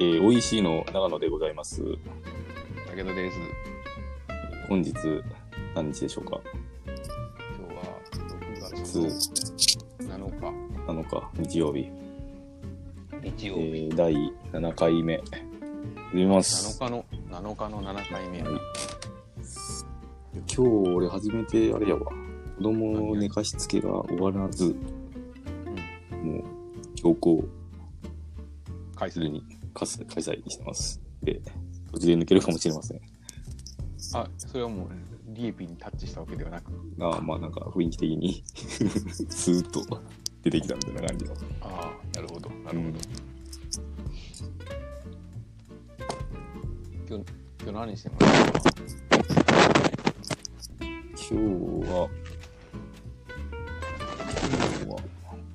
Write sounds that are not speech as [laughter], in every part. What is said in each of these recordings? えー、OEC の長野でございます。武田です。本日、何日でしょうか今日は6月 ?2、の7 7日、日曜日、日、え日曜日、ー、第7回目。見ます。 7日の7日の7回目。はい今日、俺、初めて、あれやわ。子供の寝かしつけが終わらず、もう、強行開する催。に開催開催してます。で、途中で抜けるかもしれません。あ、それはもうリエピにタッチしたわけではなく、あーまあ、なんか雰囲気的に、 [laughs] スーッと出てきたみたいな感じの。ああ、なるほど、ななるほど。今日今日何してますか今日は、昨日は、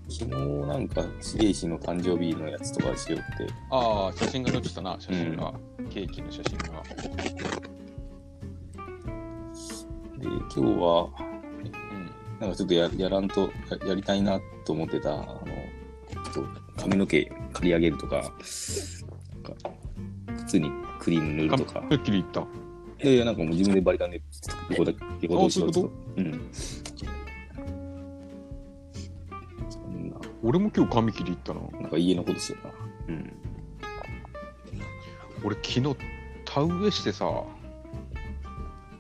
昨日なんか、重石の誕生日のやつとかしよって、ああ、写真が載ってたな、写真が、ケーキの写真が。で、今日は、うん。なんかちょっとややらんとや、やりたいなと思ってた、あの、ちょっと髪の毛刈り上げるとか、なんか靴にクリーム塗るとか、はっきり言った。いやいや、なんかもう自分でバリカンで横だけ、横通しようと。うあん。そんな、俺も今日髪切り行ったな。なんか家のことしてるな。うん。俺昨日田植えしてさ、どこ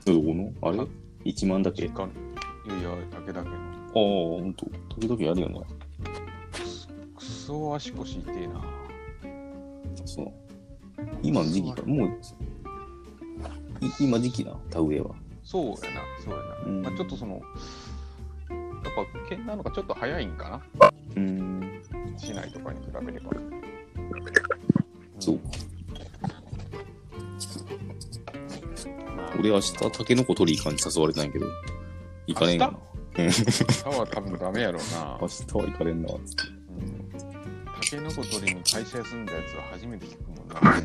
のあれあ ?1 万だけ実家にいやいや、だけだけあど。あ、ほんと。時々あるよね。くそ足腰痛えな。そう。今の時期か。もう、い今時期な、田植えは。そうやな、そうやな。うんまあ、ちょっとその、やっぱ、県なのかちょっと早いんかうん。な、市内とかに比べれば。そうか。うん。まあ、俺明日、タケノコ取り行かんに誘われたんやけど。行かれんかな。朝は多分ダメやろうな。明日は行かれんな。つってうんタケノコ取りに会社休んだやつは初めて聞くもんな。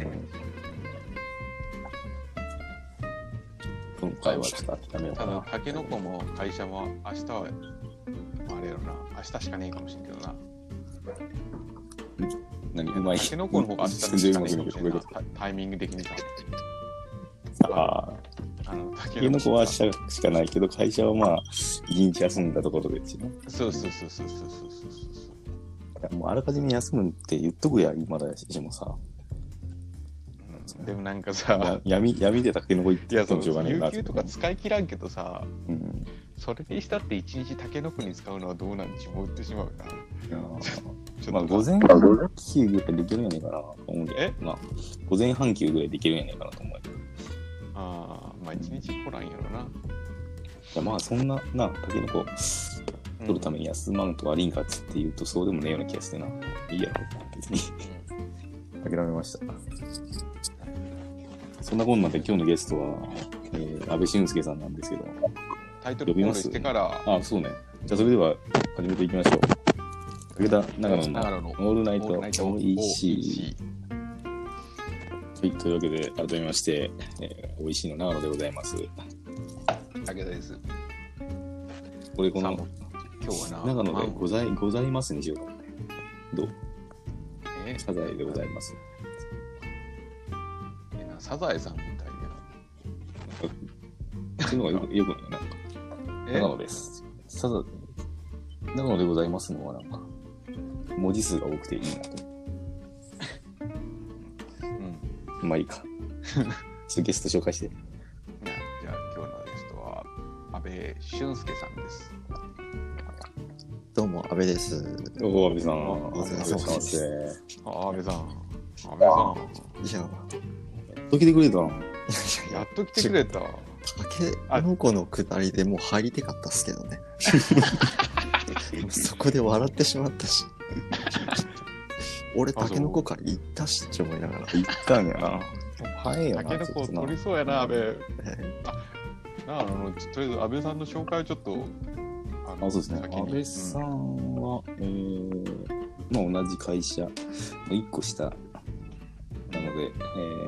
今回はちょっと諦めようたかだな、。タケノコも会社も明日は、まあ、あれやろな、明日しかねえかもしれんけどな。何うまい。タケノコの方が明日全然しかうまねくえかないもけしど、こうんれいうなこ。タタイミング的にさ。と。ああ、あのタタケケノコは明さ日しかないけど、会社はまあ、一日休んだところですよ。そうそうそうそうそうそうそうそう。もうあらかじめ休むって言っとくや、今だしもさ。うんでもなんかさや、闇闇でタケノコ行っいてややつそもうしょうがないな有給とか使い切らんけどさ、うん、それにしたって一日タケノコに使うのはどうなんちも言ってしまうな。いやちょっとまあ午前休ぐらいできるんやねんかなと思うんだよえまあ午前半休ぐらいできるんやねんかなと思うけどいあーまあ一日来らんやろな。やまあそんななタケノコうん取るために休まんとかリンカつって言うとそうでもねえような気がしてないいやろ別にうん諦めましたそんなこんなで今日のゲストは、えー、安倍俊介さんなんですけどタイトルコールしてから、あそうねじゃあそれでは始めていきましょう武田長野ののオールナイオールナイトトおいしい OEC はい、というわけで、改めまして、えー、美味しいの長野でございます。だけです。これこさあのもう今日はな、長野で満ございございますにしようかな。どうえサザエでございます。えなサザエさんみたいそういうのがよくよくないなんか、や長な。野です。サザ長野でございますのは、なんか、文字数が多くていいなと。えうんまあいい [laughs] か。ちょっとゲスト紹介して。ねじゃあ今日のゲストは安倍俊介さんです。どうも、安倍です。おお、安倍さん。お疲れ様ですお疲れ様ですあ安倍さん、安倍さいや、時でくれたんいん、や、ややっと来てくれた。タケノコの下りでもう入りたかったっすけどね。そこで笑ってしまったし。俺、あそうタケノコから行ったしって思いながら。行ったんやな。早いよタな。ケノちょコっとな取りそうやな、安倍。えなあのちとりあえず安倍さんの紹介をちょっと。ああそうですね。先に安倍さんは、えーまあ、同じ会社の1個下なので、え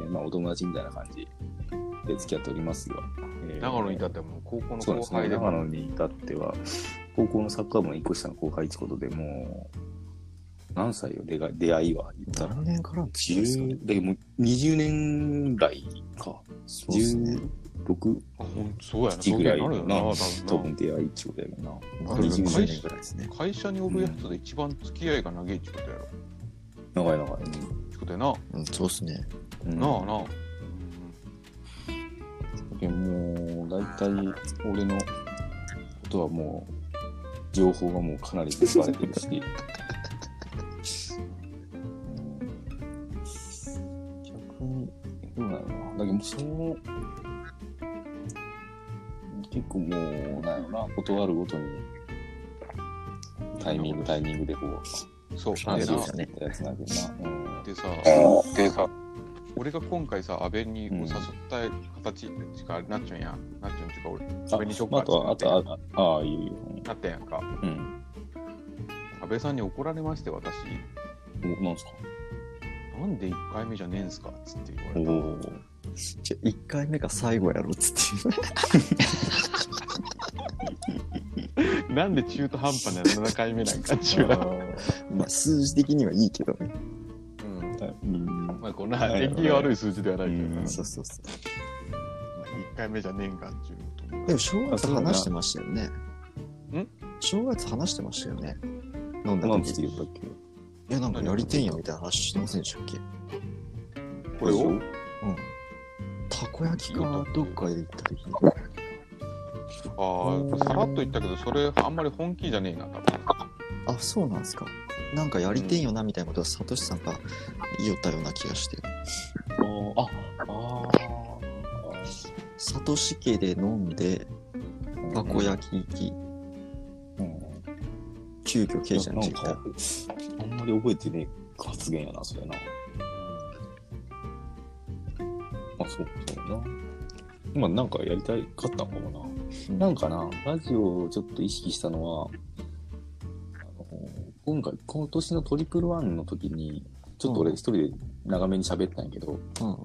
ーまあ、お友達みたいな感じで付き合っておりますが、えうーん長野に至ってはもう高校のそうなん後ですね輩で長も。野に至っては、高校のサッカー部の1個下の後輩ってことでも何歳よ、出が出会いは言ったら。何年からの付き合いですかね10だけどもう20年来か。そうですね。 16あ、ほんそうやな。時ぐらいそうだなよるよな、な多。多分分出会いってことやもんまな。あ20でも会年社ぐらいですね。な。会社におるやつで一番付き合いが長いってことやろ。長い長い。ってことやな。うん、そうですね。うんなあなあ。でもう大体俺のことはもう情報がもうかなりバれてるしうん逆にどうなるなだけどもうその結構もうなんやろな断るごとにタイミングタイミングでこうそう、あで話をなそうですしよていねったやつなんやけどな、うんでさ、俺が今回さ、安倍にお誘った形しかなっちゃうんや。なっちゃうんちゅうか俺、安倍にショックあとはあとはあああいいよなったやんか。うん安倍さんに怒られまして、私、おなんすかなんで1回目じゃねえんすかつって言わおれた。おじゃあ1回目が最後やろっつって。なんで中途半端な7回目なんかっちゅうな。 [laughs] まあ数字的にはいいけどね。うん [laughs] うんまあこんな縁起が悪い数字ではないけどうな、んそうそうそ1回目じゃねえんかっていうう。こでも正月話してましたよね。ん正月話してましたよね。飲んだ何時。つい言ったっけや、なんかやりてんやみたいな話してませんでしたっけうん。ことれをたこ焼きかどっかで行った時に。ああさらっと言ったけどそれあんまり本気じゃねえな多分あ、そうなんですか。なんかやりてんよなみたいなことは、サトシさんが言おったような気がして。ああサトシ家で飲んで、たこ焼き行き、うん急遽ケイちゃんなちん行ったか。あんまり覚えてねえ発言やなそれなあそうそうなまあなんかやりたいかったのかもうんななんかなラジオをちょっと意識したのはあの今回今年のトリプルワンの時にちょっと俺一人で長めに喋ったんやけど、うん。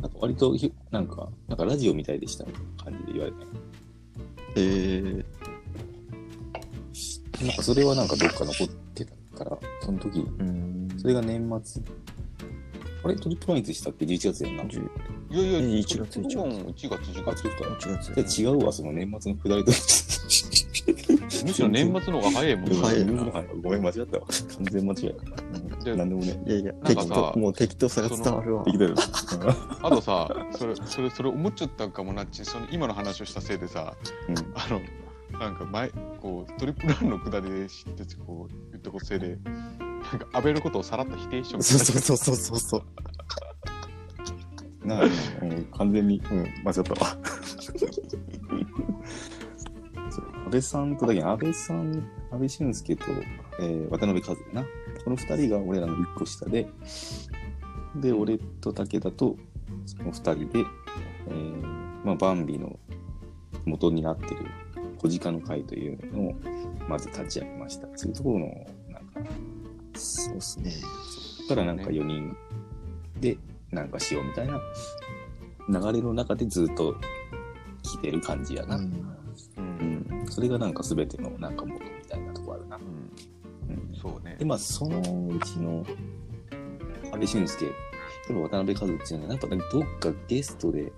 なんか割とひなんかなんかラジオみたいでしたみたいな感じで言われてえー、なんかそれはなんかどっか残ってたから、その時、うん。それが年末。あれトリプルワンいつしたっけ ?11 月やんな。 10いやいやいや1月1月1月1あ、月そうか。 1月。じゃあ違うわ、その年末のくだりと。むしろ年末の方が早いもん早い [laughs] なはいごめん、間違ったわ。完全間違えでた。なんでもね。いやいや、なんか適さ当、もう適当さが伝わるわ。適当よ。あとさそれそれそれ思っちゃったんかもなっちその今の話をしたせいでさうんあのなんか前こうトリプルワンのくだりで知っててこう言ったことせいでなんか安倍のことをさらっと否定しようそうそうそうそうそう。なあ、うん完全に、うん、間違ったわ。 [laughs] そう安倍さんとだけど安倍さん、安倍俊介と、えー渡辺和也な。この二人が俺らの一個下で、で、俺と武田と、その二人で、えーまあ、バンビの元になってる、小鹿の会というのを、まず立ち上げました。そういうところの、なんか、そうですね。からなんか4人でなんかしようみたいな流れの中でずっと来てる感じやな、ううんん。う、うんん、それがなんか全てのなんか元みたいなとこあるな、うん、うん、そうねでまあそのうちの安倍俊介やっぱ渡辺和っていうのはなんかねどっかゲストで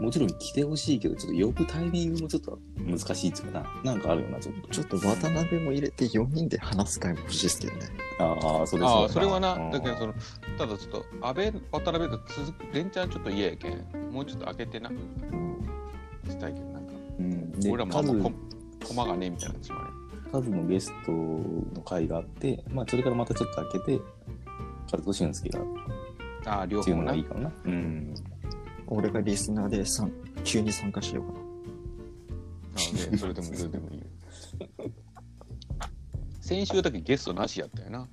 もちろん来てほしいけどちょっと呼ぶタイミングもちょっと難しいっていうかななんかあるよなちょっとちょっと渡辺も入れて4人で話す会も欲しいですけどね。ああそれああそれはな、うんだけどそのただちょっと安倍渡辺と続く連チャンちょっと嫌やけんもうちょっと開けてなうん。したいけどなんかうん、で俺らもあんま和こ駒がねえみたいなつまカズのゲストの会があって、まあ、それからまたちょっと開けて、カズと俊介がっりああ両ていう方のがないいかな。うん。俺がリスナーでさん急に参加しようかな。なのでそれでもそれでもいいよ先週だけゲストなしやったよな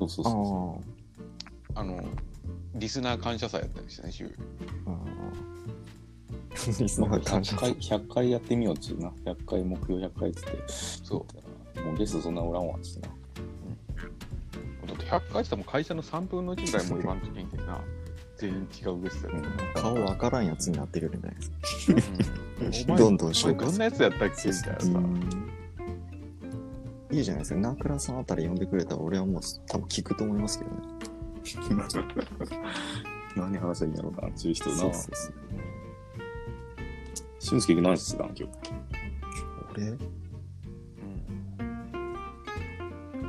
そうそうああそあのリスナー感謝祭やったよ先週うん。リスう。ナまあ、ー感100謝。 [laughs] 回、100回やってみようっちゅうな。100回目標100回っつって。そもうゲストそんなおらんわっつってな。うだって100回したらもう会社の3分の1ぐらいもう言わんときんけんな全員違うゲストやっ顔わからんやつになってくるね。た、うん、お前どんどんお前紹介どんすなる。やつやったっけみたいなさうんいいじゃないですか。名倉さんあたり呼んでくれたら、俺はもう多分聞くと思いますけどね。何話したらいいんだろうな、っていう人な。そうそうそう俊介君何してたん今日。俺あれうん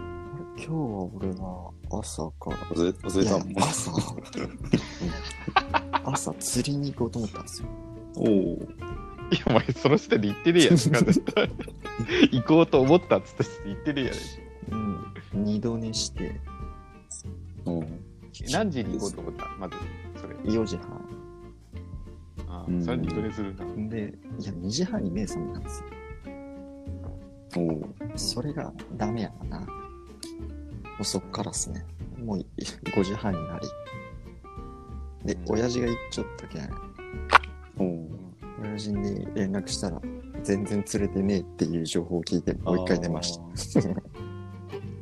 今日は俺は朝から。忘れ忘れたもんいや。朝、うん朝釣りに行こうと思ったんですよ。おお。いや、お前、その時点で言ってねえやん。行こうと思ったっつったし、言ってねえやん。うん。二度寝して、うん。何時に行こうと思ったまず、それ。 4時半。あうんあ、それ二度寝するな。で、いや、2時半に目覚めたんですよ。おお。それがダメやかな。もうそっからっすね。もうい5時半になり。で、親父が行っちゃったけん、おお。親父に連絡したら、全然釣れてねえっていう情報を聞いて、もう一回寝ま [laughs] した。た。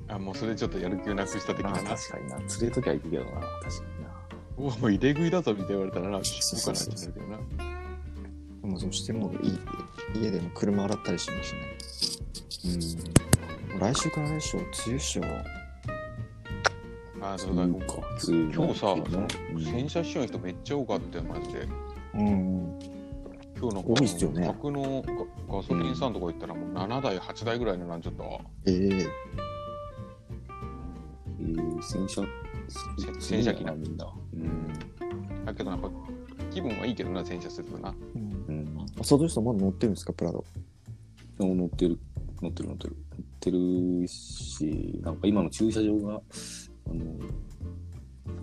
あ、もうそれちょっとやる気をなくした的あなーな。確かにな。釣れときゃ行くけどな。確かにな。うわ、もう入れ食いだぞみたいな言われたらな、そう聞そこううかそなっうてなるけどな。もうそしてもうい家でも車洗ったりしましたね。もう来週から来週、梅雨っしょ。ああ、そうだ、うん。今釣り日さ、うん洗車しよう人めっちゃ多かったよ、マジで。うん。今日の多いっすよね宅のガガソリンスタンドとか行ったらもう7台、8台ぐらい並んじゃったわ。えええー、洗車せ洗車機なみんな。うん。ん。だけどなんか気分はいいけどな、洗車するとな。うん。うん。あ佐藤さんまだ乗ってるんですか、プラド。乗ってる、乗ってる、乗ってる。乗ってるし、なんか今の駐車場が、あの、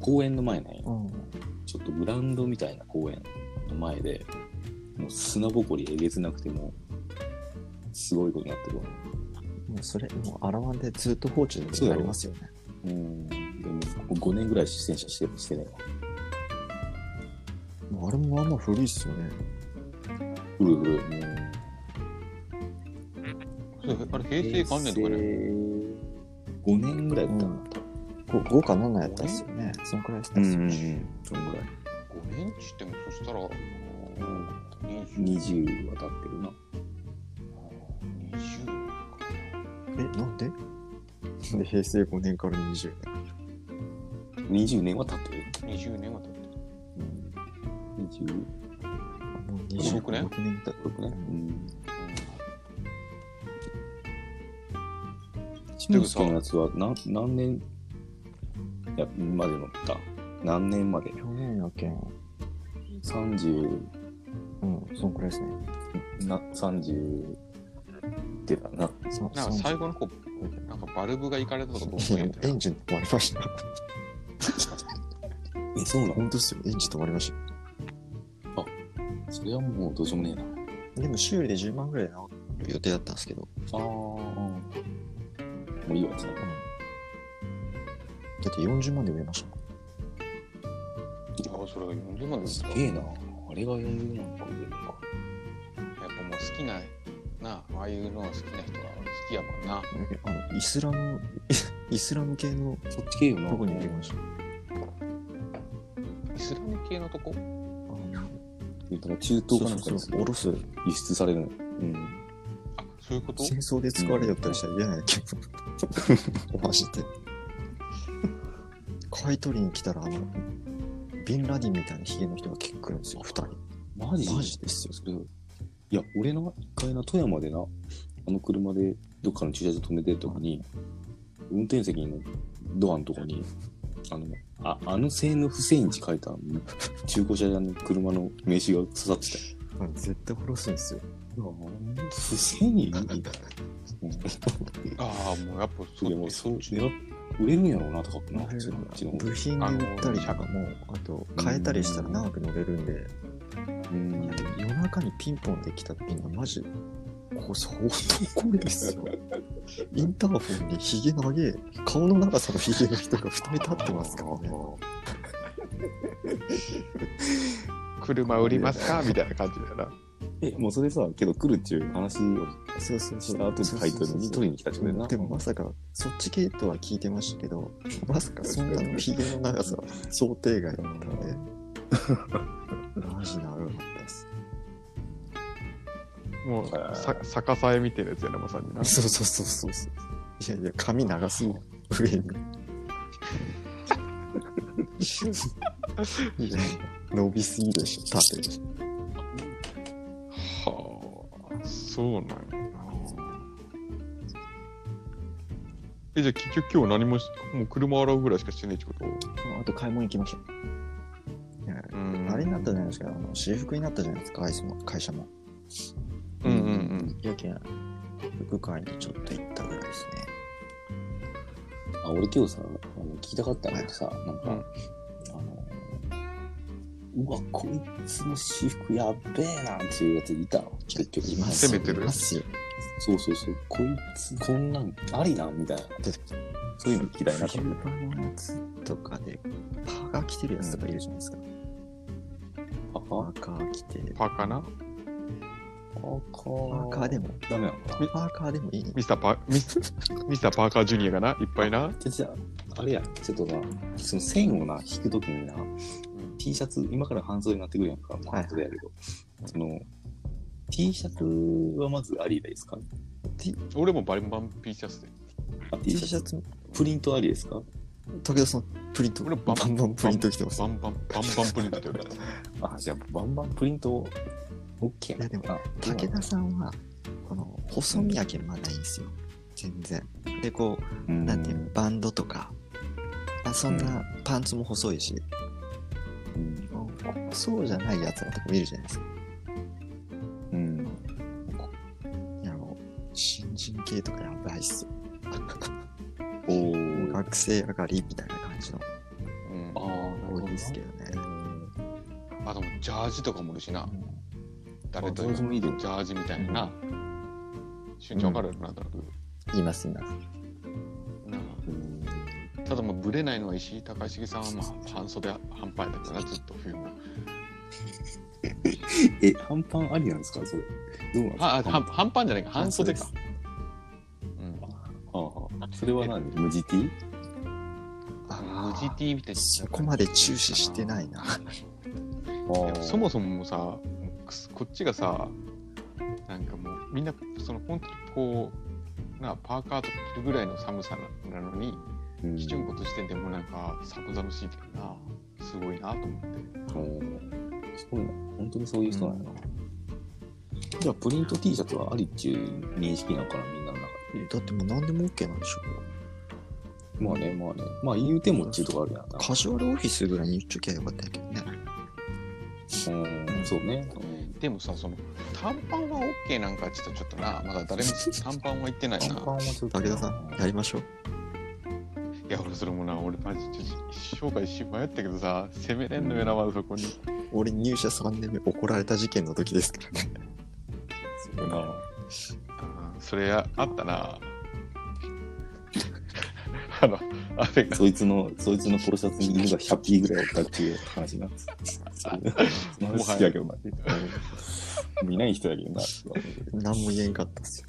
公園の前ね、ん。ちょっとグラウンドみたいな公園の前で、もう砂ぼこりえげつなくてもう、すごいことになってるわ。もうそれ、もう洗わんでずっと放置になりますよね。うん。でも、ここ5年ぐらい洗車してしてないわ。もうあれもあんま古いっすよね。うるうる。もうそうあれ、平成元年とかね。 5年ぐらいだったな、こ豪華なんなんやったっすよね。そのくらいしたっすよね。そのぐらい5年っつっても、そしたら、20 20は経ってるな20か。え、なんでなんで平成5年から20年。 20年は経ってる、 20年は経ってる。うん、26もう26年年みたい。年うん俊でもさ介のやつは何何年やまで乗った何年まで去年やけん。 30うん、そのくらいですね。な30ってだなさなんか最後の子、なんかバルブがいかれたとか、僕もい言やっもうてエたンジン止まりました。えそうなの本当っすよ。エンジン止まりました。それはもうどうしようもねえなでも修理で10万ぐらい直る予定だったんですけど、ああもういいわつなうんだって40万で売れましたもんあそれが40までですすかげえなあれが40万かやっぱもう好きな、なあ、ああいうの好きな人は好きやもんな。あのイスラムイスラム系のそっち系よなとこに売れましたイスラム系のとこあのだから中東かなんかにそうそうそうおろす輸出されるのようん。あ、そういうこと戦争で使われよったりしたら嫌な気 [laughs] 分マジで買い取りに来たらあのビンラディンみたいなヒゲの人が来るんですよ2人マジマジですよそれ。いや、俺の一回な、富山でな、あの車でどっかの駐車場止めてるときに、運転席のドアのとこに、あの、ああの性の不正日書いた中古車屋の車の名刺が刺さってたよ。あの絶対おろすんですよ不正日ああ、もうやっぱでも、 [laughs] そう、狙っ売れるんやろうな、高くな。そっちの。部品で売ったりとかもあと変えたりしたら長く乗れるんでうんいやでも夜中にピンポンできたっていうのはマジここ相当怖いです [laughs] よインターフォンにヒゲ長え顔の長さのヒゲの人が2人立ってますからね車売りますかみたいな感じだよな。え、もうそれさ、けど来るっちゅう話をそうそうした後に書いてるのに取りに来たってことやな。でもまさかそっち系とは聞いてましたけどまさかそんなのヒゲの長さ想定外だったんでマジ長かったですもうさ逆さえ見てるやつやな、まさにそうそうそうそうそう。いやいや、髪長すぎる上に。いやいや伸びすぎでしょ、縦。はあ、そうなんやな。え、じゃあ結局今日何もし、もう車洗うぐらいしかしてないってことあと買い物行きましょう。いやうんあれになったじゃないですか、あの私服になったじゃないですか、会社も。会社もうんうんうん。やけん、服買いにちょっと行ったぐらいですね。あ俺今日さあの聞きたかったのってさなんか、うんあのうわこいつの私服やっべえなっていうやついたの結局います攻めてるいますよ。そうそうそうこいつこんなんありなんみたいなでそういうの嫌いな冬場のやつとかで、パーカー着てるやつとかいるじゃないですか。パパーーカー着て、パーカーなパーカパーカーーでも、ダメなのかなパーカーでもいい。ミスターパー、ミ [laughs] スミスターパーカージュニアがな、いっぱいな。じゃじゃああれやちょっとなその線をな引くときにな T シャツ今から半袖になってくるやんかまあはい半袖やけど、その T シャツはまずありですか T, 俺もバリバン P シャツで。あ T T シシャャツツ、プリントありですか武田さん、プリント、俺ババンンバンプリント着てますバ。ンバン、バンバンプリントって俺。あじゃあバンバンプリント OK いやでも武田さんは、この、細身やけんまだいいんですよ。全然。で、こう、なんていうのバンドとか、あそんなパンツも細いし、うんそうじゃないやつらとか見るじゃないですか。うんいや、あの、新人系とかやばいっすよ。おもうー学生上がりみたいな感じのうんあ。あなるほ多どいですけどね。あ、でもジャージとかもおるしな。誰とあジャージもいいジでャージみたいなな。しゅんちゃんわかるなんとなくいます、います。なうんあ。ただまあブレないのは石井高重さんはまあ半袖半パンやったな、ずっと冬も。え半パンありなんですかそれどうなんですかあ、あ半半パンじゃないか、半袖か半。うん。ああそれは何無地 T? 無地 T みたいな。そこまで注視してないな。 [laughs] でもそもそももうさもうくすこっちがさなんかもうみんなその本当にこうなパーカーとか着るぐらいの寒さななのにうん基準ことしてでもうなんか寒々しいけどなすごいなと思ってうんすごいな本当にそういう人なんやな、じゃあプリント T シャツはありっていう認識なのかなみんなの中だってもう何でも OK なんでしょでまあねまあねまあ言うてもっていうとこあるやんなカジュアルオフィスぐらいに言っちゃきゃよかったんやけどね。うんそうね、でもさその短パンは OK なんかちょっとちょっとなまだ誰も短パンは言ってないなはちょっ武田さん、やりましょう。いや俺それもな俺マジちょっと生涯し迷ったけどさ攻めれんのよなまだそこに俺入社3年目怒られた事件の時ですからね。そうなうんそれあったな [laughs] あのあれがそいつのそいつのポロシャツに犬が100匹ぐらいおったっていう話なそうその話好きやけどな見ない人やけどな何も言えんかったっすよ。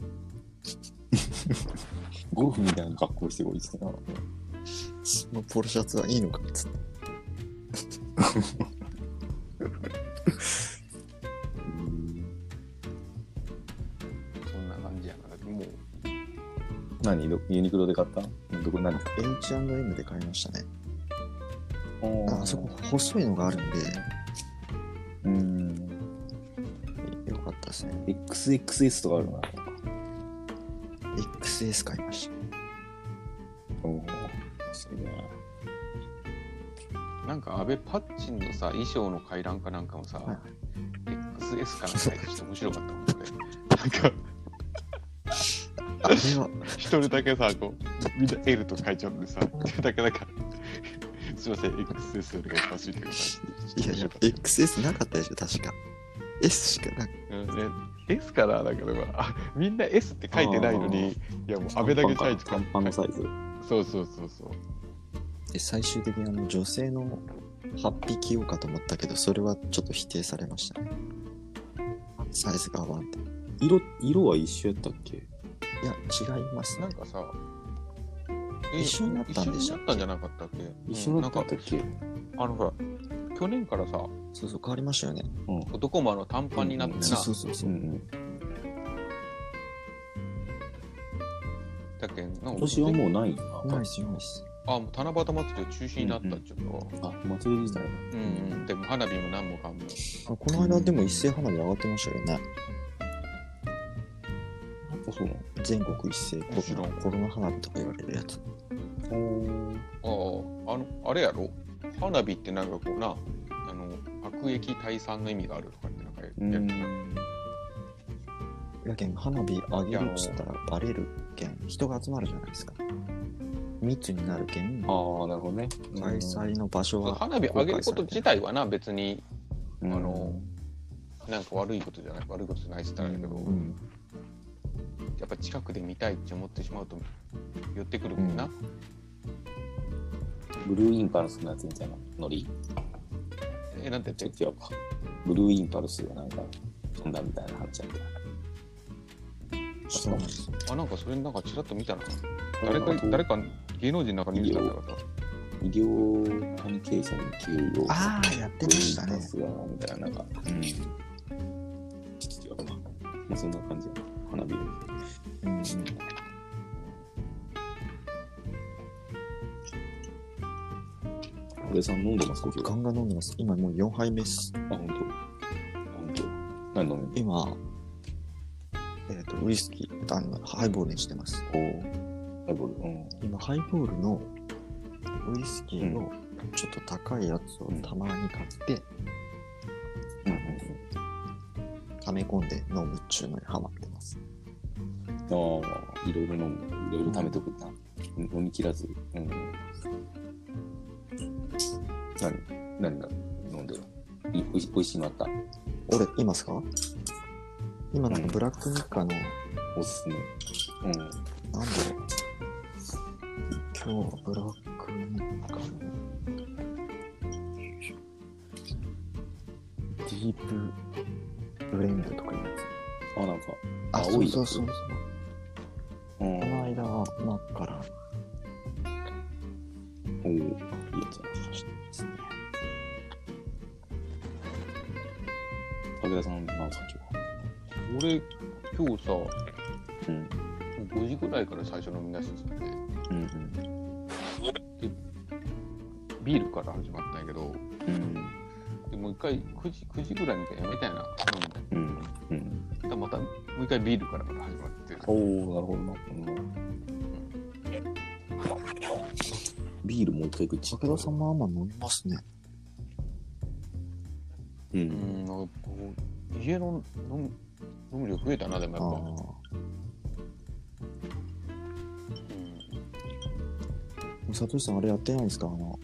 ゴルフみたいな格好してこいしてなそのポロシャツはいいのかっつって。そんな感じやな。もう、何どユニクロで買ったどこ何買っ H&M で買いましたね。たああそこ細いのがあるんで、うんよかったですね。 XXS とかあるな XS 買いました。おおすごいななんか安倍パッチンのさ、衣装の回覧かなんかもさ、はい XS かなんかでちょっと面白かったもんね。なんか、あれは、一人だけさ、こう、みんな L と書いちゃうんでさ、一人だけなんか、すいません、XS お願いしますみたいな感じいやいや、XS なかったでしょ、確か。S しかなくうんね、S かななんかでも、あ、みんな S って書いてないのに、いやもう安倍だけチャイチ短パンのサイズそうそうそうそう。て、最終的にあの女性の8匹用かと思ったけど、それはちょっと否定されましたね。サイズが合わんって。い色色は一緒やったっけや、違いますなねん。かさ、一緒になったんでしたっ一緒になっけたんじゃなかったっけ一緒だったんだっけあのほら、去年からさ、そうそう、変わりましたよね。男もあの短パンになってな、そうそうそうそうう。んだけんの今年はもうないな。ないです、ないです。あもう七夕祭りは中止になったっちゅうのあ、お祭り自体うん、うん、でも花火も何もかんもあこの間でも一斉花火上がってましたよね。あ、そうな全国一斉コもちろロんナコロナ花火とか言われるやつ。のあああのあれやろ花火ってなんかこうなあの悪役退散の意味があるとかってなんかやうーるん。やけん花火上げるっつったらバレるけん人が集まるじゃないですか。密になるけんああ、なるほどね。開催の場所そうは花火上げること自体はな別にああのなんか悪いことじゃない悪いことじゃないっつったらあれだけど、うん、やっぱ近くで見たいって思ってしまうと寄ってくるもんな、うブルーインパルスのやつみたいなノリ。えなんてちょ言っっとて違うか。ブルーインパルスがなんか飛んだみたいな話だった。そうなんですよ。あなんかそれなんかちらっと見たな誰か誰かか芸能人なんかニュースだったからさ医療関係者に給与をああ、やってましたね。ブルーインパルスがみたいな、なんか、うん。ちょっと違うか。まあそんな感じやな花火。うん、おさん飲んでますか今日ガ。ンガン飲んでます。今もう4杯目です。あ、本当。本当。何飲んでん今、えっ、と、ウイスキー、あの、ハイボールにしてます。のハイボール。うん。今、ハイボールのウイスキーのちょっと高いやつをたまに買って、うん溜め込んで飲むっちゅうのにハマってます。うん。ああ、いろいろ飲む。いろいろ貯めとくな。飲み切らず。うん。何何が飲んでるいおいおいしいのあった。俺、いますか今、なんかブラックミカの、おすすめ。うん。なんだろう。今日はブラックミカの、ディープブレンドとかいうやつ。あ、なんか、あ、そ青ういそうそうそう。うん。この間は真っからおお、いいやつだな。ですね。武田さん、なんか今俺今日さも日は。うん。う5時ぐらいから最初飲み出してたんでうんビールから始まったんやけどうん。でもう一回9時 ,9 時ぐらいに一回やめたいな、うん。うん。うん。うん、でまたもう一回ビールからまた始まっておお、なるほどな。うんビールもう一回行くち武田さんもあんま飲みますね。う。うんんなんかこう家の飲む飲む量増えたなでもあやっぱあ。うんサトシさん、あれやってないんですかあの、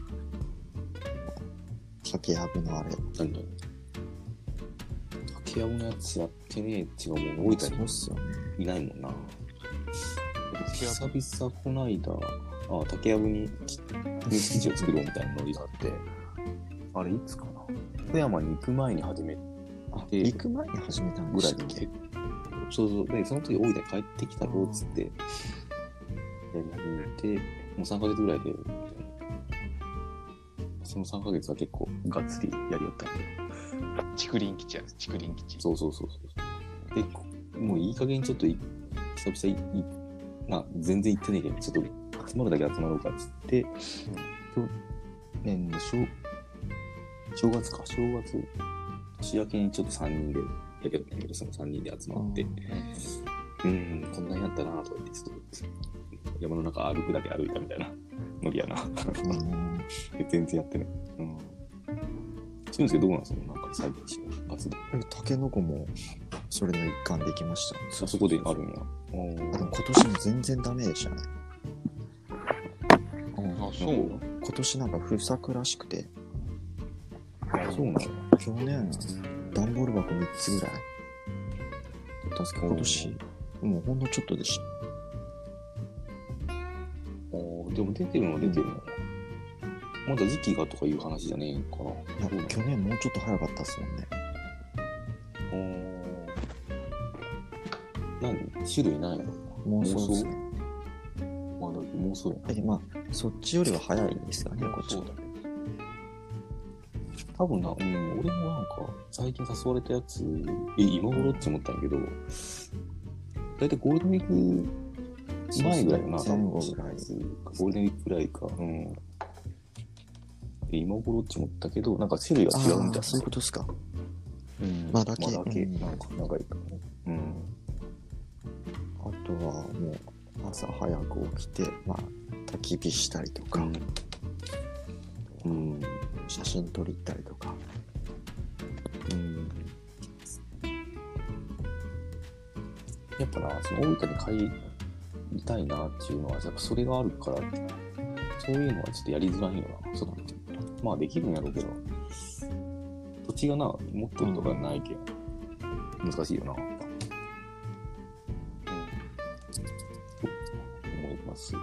酒ハブのあれ。なんだろう。竹山のやつやってねえっていうか、もう大分そうっすよね。にいないもんな。竹やぶ久々こないだ、あ、竹やぶにニュース記事を作ろうみたいなノリがあって、あれいつかな富山に行く前に始めあ、で [laughs] 行く前に始めたんぐでらしいでたっけそうそう。で、その時大分帰ってきたろうっつって、やり始めて、もう3ヶ月ぐらいで、その3ヶ月は結構がっつりやりよったんで。竹林基地やね竹林基地そうそうそうそう。で、こもういい加減ちょっとい久々いい、まあ全然行ってねえけど、ちょっと集まるだけ集まろうかっつって、去年の正正月か、正月、年明けにちょっと3人で、やけどね、その3人で集まって、うん、こんなになったなとか言って、ちょっと山の中歩くだけ歩いたみたいなノリやな。 [laughs] うん。で全然やってない。うん。俊介どうなんですかなんか最近活動。えタケノコも、それの一環で行きました。あそこであるんや。あ、でも今年も全然ダメでしたね。うんあそう今年なんか不作らしくて、あそうなの去年、段ボール箱3つぐらいだったんですけど、今年、もうほんのちょっとでした。おーでも出てるのは出てるの、まだ時期がとかいう話じゃねえんかな。いや、去年もうちょっと早かったっすもんね。おー何種類ないの妄想ですね。まだ妄想やなだけどまあ、そっちよりは早いですかね、こっちそはうだね多分な、うん、俺もなんか、最近誘われたやつ、え、今頃って思ったんやけど、だいたいゴールデンウィーク前ぐらいかな、前後ぐらい。ゴールデンウィークぐらいか。うん。で今頃って思ったけど、なんか種類が違うみたあいあ、そういうな。ことですか。うんまあだけ。まだけ、うんなんか長いかも。うん。あとはもう朝早く起きて、まあ、焚き火したりとか、うん。写真撮りたりとか、うん。やっぱな、その大分に帰りたいなっていうのは、やっぱそれがあるから、そういうのはちょっとやりづらいよな。そのまあできるんやろうけど、土地がな、持ってるとかないけん、難しいよな。思います。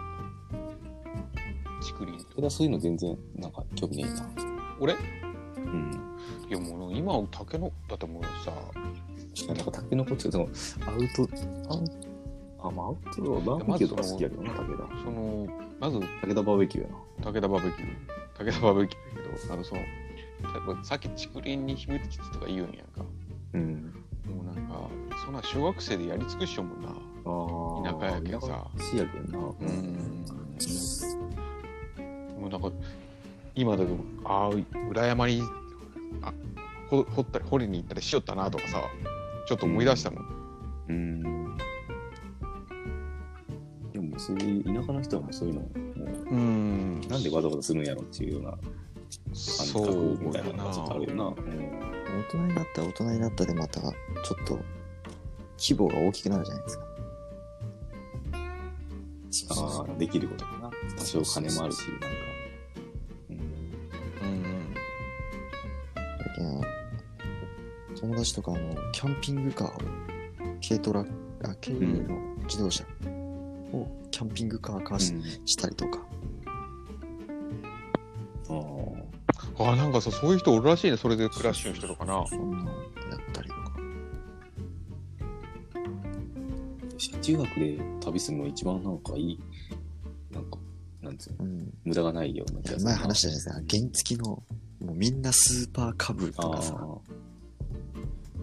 竹林俺はそういうの全然、なんか興味ねえな。俺いうん。やもう今タケノだってもうさなんか、タケノコっていうかその、アウト、アウあ、まあ、アウトドア、バーベキューとか好きやけどな、武田。そのまず武田バーベキューやな。武田バーベキュー武田バーベキューだけどあのそのたさっき竹林に秘密基地とか言うんやんかうん。もうなんかそんな小学生でやり尽くしようもんなああ。田舎やけどさ田舎やけどな。う。んもうなんか今だとああ裏山にあほ掘ったり掘りに行ったりしよったなとかさちょっと思い出したもん、うん。でも、そういう、田舎の人はもうそういうの、もう、うんなんでわざわざするんやろっていうような感そう覚みたいなのがちょっとあるよな。大人になったら大人になったでまた、ちょっと、規模が大きくなるじゃないですか。ああ、できることかな。多少金もあるし、なんか。うんだけど友達とかもキャンピングカーを軽トラあ軽の自動車をキャンピングカー化し,、たりとかうん。ああ。あなんかさそういう人おるらしいねそれでクラッシュの人とかなそんなのやったりとか中学で旅するのが一番なんかいい、なんか、なんつうの、うん無駄がないような気がするな。前話したじゃないですか原付きのもうみんなスーパーカブあとかさー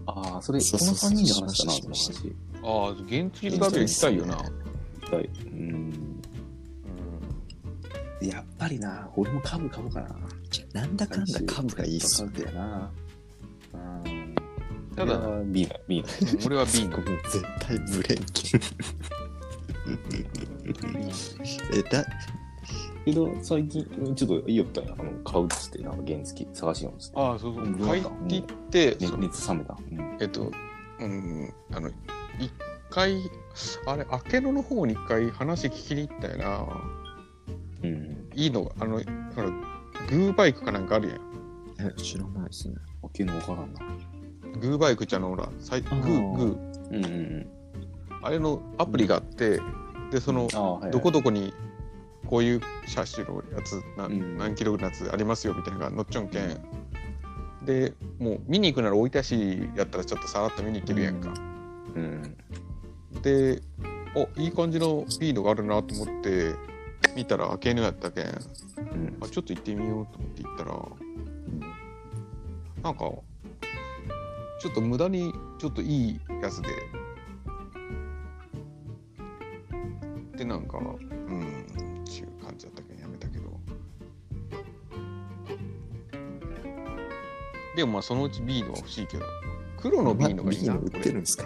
あー、それ、こそのうそうそう3人で話したな、しそのました話。ああ原付きの旅は行きたいよな、はい。うん。やっぱりな、俺も株買おうかな。なんだかんだカブがいいっすよ株だよな。うん。ただ、うん、 B な、B な。俺は B のもう絶対ブレーキえだけど、最近、ちょっと言いよったんやあの、買うっつって、なんか原付探しようっつって。ああそうそううん帰って行って、熱そ熱冷めた。うん。えっとうんあの一回あれ明け野の方に一回話聞きに行ったよなうん。いいのがあのほらグーバイクかなんかあるやんえ知らないですねわけのわからんな。グーバイクじゃのほらサイグあーーグーうんうんうん。あれのアプリがあって、でその、ああ、はいはい。どこどこにこういう車種のやつな、うん何キロのやつありますよみたいなのが乗っちょんけんでもう見に行くなら大分市やったらちょっとさらっと見に行けるやんか、うん。でおいい感じのいいのがあるなと思って見たら明けぬやったけんあうん。ちょっと行ってみようと思って行ったらなんか、ちょっと無駄に、ちょっといいやつで。で、なんか、うん、っていう感じだったけど、やめたけど。でもまあ、そのうち B のは欲しいけど、黒の B のがいいな、まこ売っれ。てるんですか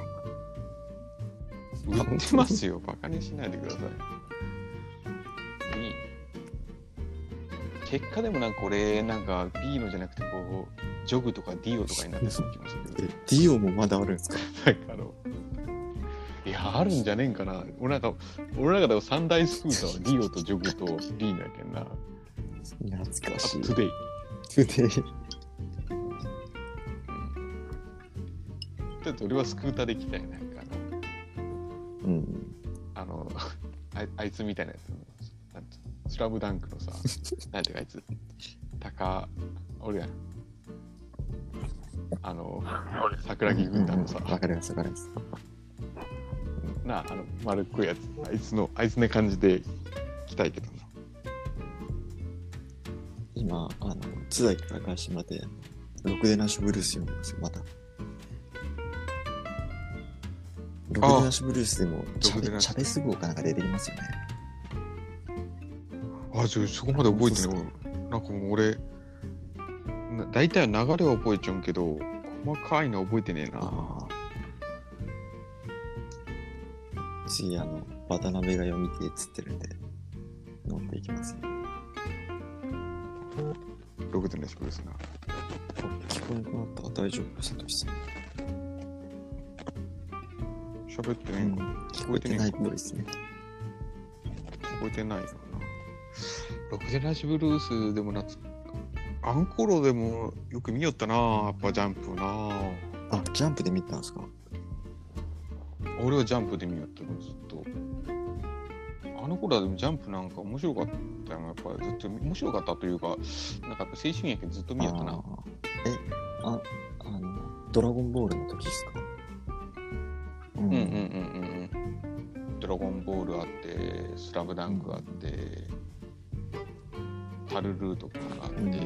売ってますよ、バカにしないでください。B。結果でもなんか俺、なんか B のじゃなくて、こう、ジョグとかディオとかになってそうな気もするけどえ。ディオもまだあるんですかなんかあの、いや、あるんじゃねえんかな。俺なんか、俺の中では三大スクーターはディオとジョグとリーナやけんな。あ懐かとしいトゥデイ。でうん。ちょっと俺はスクーターで行きたいな。なんかうんあの、あのああいつみたいなやつ。なんつうスラムダンク [laughs] のさ、なんていうかあいつ、高、俺や。あの、桜木軍団のさうん、うんわかりますわかりますなあ、あの、丸っこいやつ、あいつの、あいつの感じで行きたいけどな。今あの津崎高島でろくでなしブルース読んでますよまたログデナシブルースでもチログャデベナシチャベス号かなんか出てきますよね。あ、ちょ、そこまで覚えてない。なんかもう俺、な大体は流れは覚えちゃうんけど、細かいの覚えてねえな。次、あの、渡辺が読みてっつってるんで、乗っていきます、ね。ログデナシブルースな。あ聞こえなくなった大丈夫サトシさん。喋ってねえんか。聞こえてないっぽいですね。覚えてないよな。ログデナシブルースでもなつ、あの頃でもよく見よったな、やっぱジャンプな。あ、ジャンプで見たんですか俺はジャンプで見よったの、ずっと。あの頃はでもジャンプなんか面白かったよな、やっぱずっと面白かったというか、なんかやっぱ青春やけどずっと見よったあな。ーえ、あ、あの、ドラゴンボールの時ですかううんうんうんうんうん。ドラゴンボールあって、スラムダンクあって、タルルーとかあって、うんとか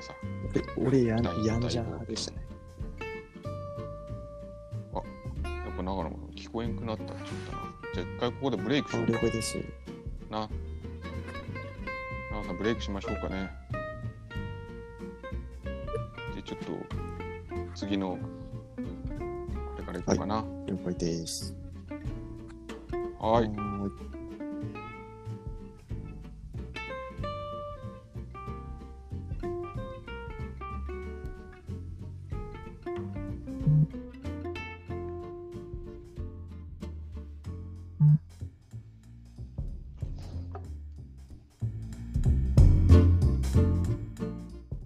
さ。え俺やん大、やんじゃん派でしたね。やっぱ長野も聞こえんくなったちょっとな。じゃあ一回ここでブレイクしあよう了か解です。な。長野さんブレイクしましょうかね。でちょっと次のあれからいこうかな。了解です。はーい。ーい